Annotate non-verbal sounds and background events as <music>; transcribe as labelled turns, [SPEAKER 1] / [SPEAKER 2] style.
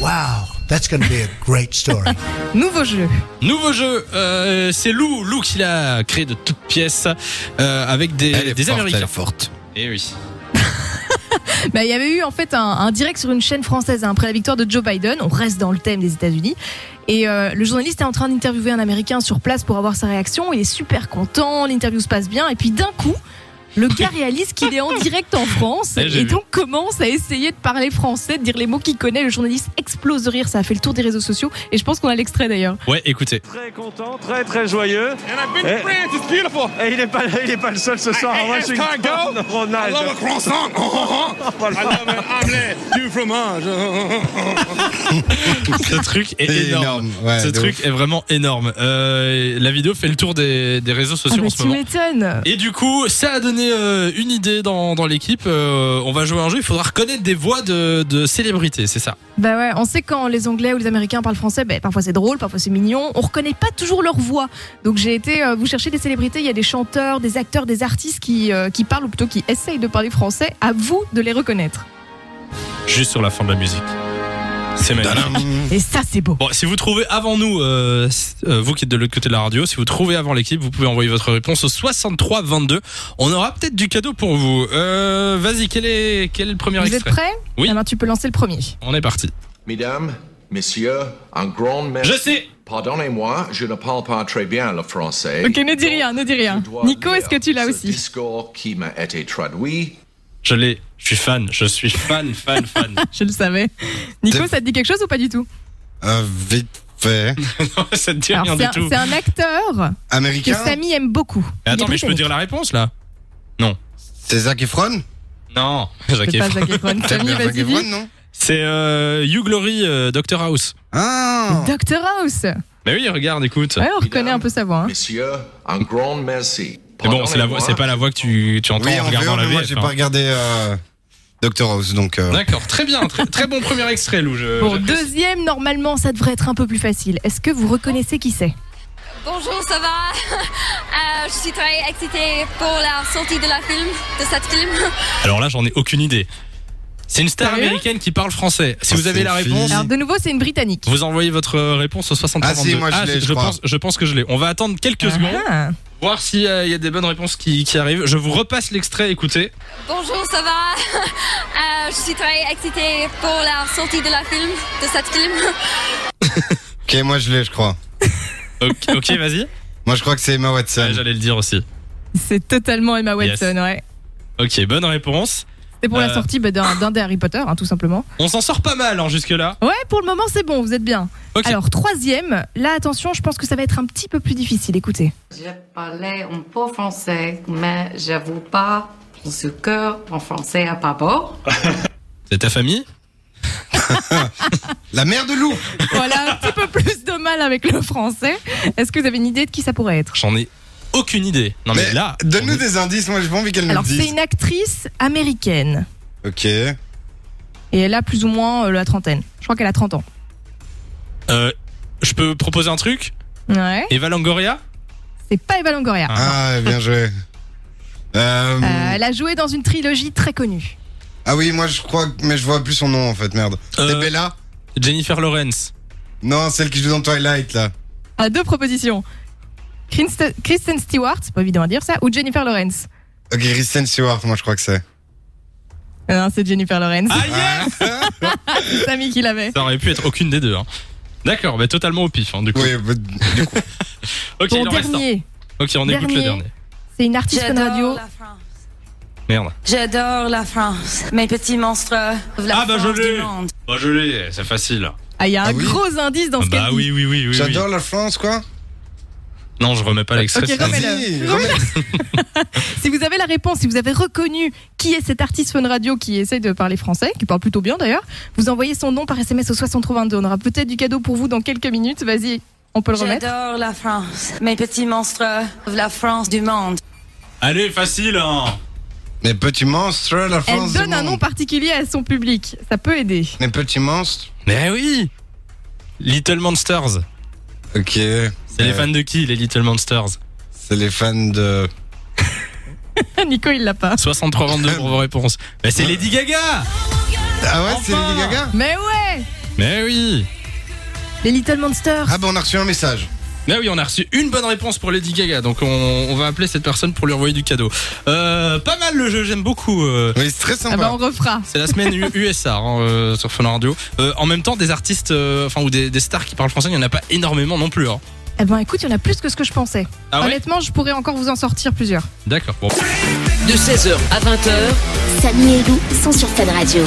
[SPEAKER 1] Wow, that's going to be a great story.
[SPEAKER 2] Nouveau jeu.
[SPEAKER 3] Nouveau jeu, euh, c'est Lou, Lou qui l'a créé de toutes pièces euh, avec des,
[SPEAKER 4] Elle est
[SPEAKER 3] des
[SPEAKER 4] forte, elle est
[SPEAKER 3] Américains.
[SPEAKER 4] forte.
[SPEAKER 3] Eh oui.
[SPEAKER 2] Bah, il y avait eu en fait un, un direct sur une chaîne française hein, après la victoire de Joe Biden. On reste dans le thème des États-Unis. Et euh, le journaliste est en train d'interviewer un Américain sur place pour avoir sa réaction. Il est super content, l'interview se passe bien. Et puis d'un coup, le gars réalise qu'il est en direct en France
[SPEAKER 3] Ouais, j'ai
[SPEAKER 2] et
[SPEAKER 3] vu.
[SPEAKER 2] donc commence à essayer de parler français, de dire les mots qu'il connaît. Le journaliste explose de rire. Ça a fait le tour des réseaux sociaux. Et je pense qu'on a l'extrait d'ailleurs.
[SPEAKER 3] Ouais, écoutez. <laughs>
[SPEAKER 5] Très content, très très joyeux.
[SPEAKER 6] And I've been
[SPEAKER 5] Eh.
[SPEAKER 6] to France. It's beautiful.
[SPEAKER 5] Et il n'est pas, il est pas le seul ce soir à
[SPEAKER 6] Hey, hey,
[SPEAKER 5] Washington.
[SPEAKER 6] let's go. I
[SPEAKER 5] Ronald. Oh,
[SPEAKER 6] love a
[SPEAKER 3] <laughs>
[SPEAKER 6] croissant. I love an omelette. Du fromage.
[SPEAKER 3] Ce truc est
[SPEAKER 4] C'est
[SPEAKER 3] énorme.
[SPEAKER 4] ouais,
[SPEAKER 3] Ce
[SPEAKER 4] de
[SPEAKER 3] truc est vraiment énorme. Euh, la vidéo fait le tour des, des réseaux
[SPEAKER 2] Ah,
[SPEAKER 3] sociaux
[SPEAKER 2] mais
[SPEAKER 3] en ce
[SPEAKER 2] tu
[SPEAKER 3] moment.
[SPEAKER 2] m'étonnes.
[SPEAKER 3] Et du coup, ça a donné euh, une idée dans, dans l'équipe. Euh, on va jouer un jeu. Il faudra reconnaître des voix de, de célébrités, c'est ça.
[SPEAKER 2] Bah ouais, on sait quand les Anglais ou les Américains parlent français, bah, parfois c'est drôle, parfois c'est mignon. On reconnaît pas toujours leur voix. Donc j'ai été euh, vous cherchez des célébrités, il y a des chanteurs, des acteurs, des artistes qui, euh, qui parlent ou plutôt qui essayent de parler français. À vous de les reconnaître.
[SPEAKER 3] Juste sur la fin de la musique. C'est
[SPEAKER 4] ouf.
[SPEAKER 3] magnifique.
[SPEAKER 2] Et ça c'est beau.
[SPEAKER 3] Bon, si vous trouvez avant nous, euh, c- euh, vous qui êtes de l'autre côté de la radio, si vous trouvez avant l'équipe, vous pouvez envoyer votre réponse au 63 22. On aura peut-être du cadeau pour vous. Euh, Vas-y, quel est, quel est le premier
[SPEAKER 2] Vous êtes
[SPEAKER 3] extrait
[SPEAKER 2] prêts
[SPEAKER 3] Oui.
[SPEAKER 2] Alors tu peux lancer le premier.
[SPEAKER 3] On est parti.
[SPEAKER 7] Mesdames, messieurs, un grand
[SPEAKER 3] Je
[SPEAKER 7] merci.
[SPEAKER 3] sais.
[SPEAKER 7] Pardonnez-moi, je ne parle pas très bien le français.
[SPEAKER 2] Ok, ne dis rien, ne dis rien.
[SPEAKER 7] Je dois
[SPEAKER 2] Nico,
[SPEAKER 7] lire
[SPEAKER 2] est-ce que tu l'as
[SPEAKER 7] ce
[SPEAKER 2] aussi
[SPEAKER 7] discours qui m'a été traduit.
[SPEAKER 3] Je l'ai. Je suis fan. Je suis fan,
[SPEAKER 2] <laughs>
[SPEAKER 3] fan, fan.
[SPEAKER 2] <laughs> Je le savais. Nico,
[SPEAKER 4] C'est-
[SPEAKER 2] ça te dit quelque chose ou pas du tout
[SPEAKER 4] Euh, vite fait.
[SPEAKER 3] non, ça ne dit
[SPEAKER 2] Alors,
[SPEAKER 3] rien
[SPEAKER 2] C'est
[SPEAKER 3] du
[SPEAKER 2] un,
[SPEAKER 3] tout.
[SPEAKER 2] c'est un acteur que
[SPEAKER 4] <laughs> Américain
[SPEAKER 2] Samy aime beaucoup.
[SPEAKER 3] Mais attends,
[SPEAKER 2] Il est
[SPEAKER 3] mais je peux dire la réponse là
[SPEAKER 4] C'est Zac Efron
[SPEAKER 3] Non. <laughs> Jacques
[SPEAKER 2] britannique. C'est pas
[SPEAKER 3] Efron.
[SPEAKER 2] Zac Efron.
[SPEAKER 4] T'aimes
[SPEAKER 2] Samy,
[SPEAKER 4] bien Zac
[SPEAKER 2] vas-y,
[SPEAKER 4] Efron,
[SPEAKER 2] dis.
[SPEAKER 4] non
[SPEAKER 3] C'est euh, Hugh Glory, euh, Doctor House.
[SPEAKER 4] Ah
[SPEAKER 2] Doctor House.
[SPEAKER 3] Mais oui, regarde, écoute.
[SPEAKER 2] Ouais, on reconnaît un peu sa voix. hein.
[SPEAKER 7] Messieurs, un grand merci.
[SPEAKER 3] Mais bon, c'est la voix, c'est pas la voix que tu, tu entends
[SPEAKER 4] Oui,
[SPEAKER 3] en
[SPEAKER 4] en
[SPEAKER 3] regardant
[SPEAKER 4] VO,
[SPEAKER 3] la
[SPEAKER 4] mais moi
[SPEAKER 3] VF,
[SPEAKER 4] j'ai
[SPEAKER 3] hein.
[SPEAKER 4] pas regardé euh, Doctor House, donc... euh,
[SPEAKER 3] D'accord, très bien, très, très bon premier extrait, Lou. je-
[SPEAKER 2] Bon,
[SPEAKER 3] j'apprécie.
[SPEAKER 2] deuxième, normalement, ça devrait être un peu plus facile. Est-ce que vous reconnaissez qui c'est
[SPEAKER 8] Bonjour, ça va <laughs> Euh, Je suis très excitée pour la sortie de la film, de cette film.
[SPEAKER 3] Alors là, j'en ai aucune idée. C'est une star
[SPEAKER 2] Sérieux
[SPEAKER 3] américaine qui parle français. Si
[SPEAKER 4] Ah,
[SPEAKER 3] vous avez
[SPEAKER 4] c'est
[SPEAKER 3] la
[SPEAKER 4] une
[SPEAKER 3] réponse,
[SPEAKER 4] fille.
[SPEAKER 2] Alors, de nouveau, c'est une Britannique.
[SPEAKER 3] vous envoyez votre euh, réponse au 60
[SPEAKER 4] Ah, si, moi, je l'ai, je crois.
[SPEAKER 3] pense, je pense que je l'ai. On va attendre quelques secondes,
[SPEAKER 2] Ah.
[SPEAKER 3] voir s'il y a des bonnes réponses qui, qui arrivent. Je vous repasse l'extrait, écoutez.
[SPEAKER 8] Bonjour, ça va <laughs> Euh, Je suis très excitée pour la sortie de la film, de cette film.
[SPEAKER 4] Ok, moi je l'ai, je crois.
[SPEAKER 3] Ok,
[SPEAKER 4] <laughs>
[SPEAKER 3] ok, vas-y.
[SPEAKER 4] Moi je crois que c'est Emma Watson.
[SPEAKER 3] Ouais, J'allais le dire aussi.
[SPEAKER 2] C'est totalement Emma
[SPEAKER 3] Yes.
[SPEAKER 2] Watson, ouais.
[SPEAKER 3] Ok, bonne réponse.
[SPEAKER 2] C'est pour
[SPEAKER 3] Euh.
[SPEAKER 2] la sortie bah, d'un d'un des Harry Potter, hein, tout simplement.
[SPEAKER 3] On s'en sort pas mal hein, jusque-là.
[SPEAKER 2] Ouais, pour le moment, c'est bon, vous êtes bien.
[SPEAKER 3] Ok.
[SPEAKER 2] Alors, troisième, là, attention, je pense que ça va être un petit peu plus difficile, écoutez.
[SPEAKER 9] Je parlais un peu français, mais j'avoue pas ce que en français à pas beau.
[SPEAKER 3] C'est ta famille
[SPEAKER 4] La mère de loup
[SPEAKER 2] Voilà, un petit peu plus de mal avec le français. Est-ce que vous avez une idée de qui ça pourrait être
[SPEAKER 3] J'en ai aucune idée. Non Ah, mais,
[SPEAKER 4] Mais
[SPEAKER 3] là,
[SPEAKER 4] Donne-nous
[SPEAKER 3] on-
[SPEAKER 4] des indices, moi j'ai pas envie qu'elle nous le
[SPEAKER 2] Alors, c'est
[SPEAKER 4] dise.
[SPEAKER 2] une actrice américaine.
[SPEAKER 4] Ok.
[SPEAKER 2] Et elle a plus ou moins euh, la trentaine. Je crois qu'elle a 30 ans.
[SPEAKER 3] Euh, je peux proposer un truc
[SPEAKER 2] Ouais.
[SPEAKER 3] Eva Longoria
[SPEAKER 2] C'est pas Eva Longoria.
[SPEAKER 4] Ah, bien joué. Euh,
[SPEAKER 2] Euh, elle a joué dans une trilogie très connue.
[SPEAKER 4] Ah oui, moi je crois, que- mais je vois plus son nom en fait, merde. C'est
[SPEAKER 3] Euh,
[SPEAKER 4] Bella
[SPEAKER 3] Jennifer Lawrence.
[SPEAKER 4] Non, celle qui joue dans Twilight là.
[SPEAKER 2] À deux propositions. Kristen Kristen Stewart, c'est pas évident à dire ça, ou Jennifer Lawrence.
[SPEAKER 4] Ok, Kristen Stewart, moi je crois que c'est.
[SPEAKER 2] Ah Non, c'est Jennifer Lawrence.
[SPEAKER 3] Ah yes
[SPEAKER 4] Ah.
[SPEAKER 2] C'est Samy qui l'avait.
[SPEAKER 3] Ça aurait pu être aucune des deux. hein. D'accord, mais totalement au pif hein, du coup.
[SPEAKER 4] oui, bah,
[SPEAKER 3] Ok,
[SPEAKER 2] Ton
[SPEAKER 3] il en reste un.
[SPEAKER 2] dernier,
[SPEAKER 3] Ok, on écoute le
[SPEAKER 2] Dernier.
[SPEAKER 3] dernier.
[SPEAKER 2] c'est une artiste radio.
[SPEAKER 8] France.
[SPEAKER 3] Merde.
[SPEAKER 8] J'adore la France. Mes petits monstres.
[SPEAKER 3] Ah, bah, je France l'ai. du monde. Bah je l'ai, c'est facile.
[SPEAKER 2] Ah, il y a un
[SPEAKER 4] Ah oui
[SPEAKER 2] gros indice dans ce
[SPEAKER 3] bah
[SPEAKER 2] qu'elle dit.
[SPEAKER 3] oui, oui, oui, oui.
[SPEAKER 4] J'adore la France quoi.
[SPEAKER 3] oui. Non, je remets pas l'extrait.
[SPEAKER 2] Ok,
[SPEAKER 3] c'est-
[SPEAKER 2] remets-le.
[SPEAKER 4] Vas-y,
[SPEAKER 2] Remets-le. Si vous avez la réponse, si vous avez reconnu qui est cet artiste fun radio qui essaye de parler français, qui parle plutôt bien d'ailleurs, vous envoyez son nom par SMS au 682. On aura peut-être du cadeau pour vous dans quelques minutes. Vas-y, on peut le remettre.
[SPEAKER 8] J'adore la France. Mes petits monstres. La France du monde.
[SPEAKER 3] Allez, facile. hein.
[SPEAKER 4] Mais petit monstre, la
[SPEAKER 2] Elle
[SPEAKER 4] France.
[SPEAKER 2] donne
[SPEAKER 4] du
[SPEAKER 2] un
[SPEAKER 4] monde.
[SPEAKER 2] nom particulier à son public. Ça peut aider. <laughs>
[SPEAKER 4] Mais petit monstre.
[SPEAKER 3] Mais oui. Little Monsters.
[SPEAKER 4] Ok. Euh,
[SPEAKER 3] C'est les fans de qui les Little Monsters
[SPEAKER 4] C'est les fans de.
[SPEAKER 2] Nico, il l'a pas.
[SPEAKER 3] 63 22 pour vos réponses. Mais c'est Bah, Lady Gaga.
[SPEAKER 4] Ah ouais, c'est
[SPEAKER 3] Enfin
[SPEAKER 4] Lady Gaga
[SPEAKER 2] Mais ouais
[SPEAKER 3] Mais oui
[SPEAKER 2] Les Little Monsters.
[SPEAKER 4] Ah bon, on a reçu un message.
[SPEAKER 3] Mais oui, on a reçu une bonne réponse pour Lady Gaga, donc on, on va appeler cette personne pour lui envoyer du cadeau. Euh, pas mal le jeu, j'aime beaucoup. euh,
[SPEAKER 4] Oui, c'est très
[SPEAKER 2] Ah
[SPEAKER 4] sympa.
[SPEAKER 2] bah on refera.
[SPEAKER 3] C'est la semaine U- USA hein, euh, sur Fun Radio. Euh, en même temps, des artistes, euh, enfin ou des, des stars qui parlent français, il n'y en a pas énormément non plus. hein.
[SPEAKER 2] Eh ben écoute, il y en a plus que ce que je pensais.
[SPEAKER 3] Ah ouais
[SPEAKER 2] Honnêtement, je pourrais encore vous en sortir plusieurs.
[SPEAKER 3] D'accord. Bon.
[SPEAKER 10] De 16h à 20h,
[SPEAKER 11] Samy et Lou sont sur Fan Radio.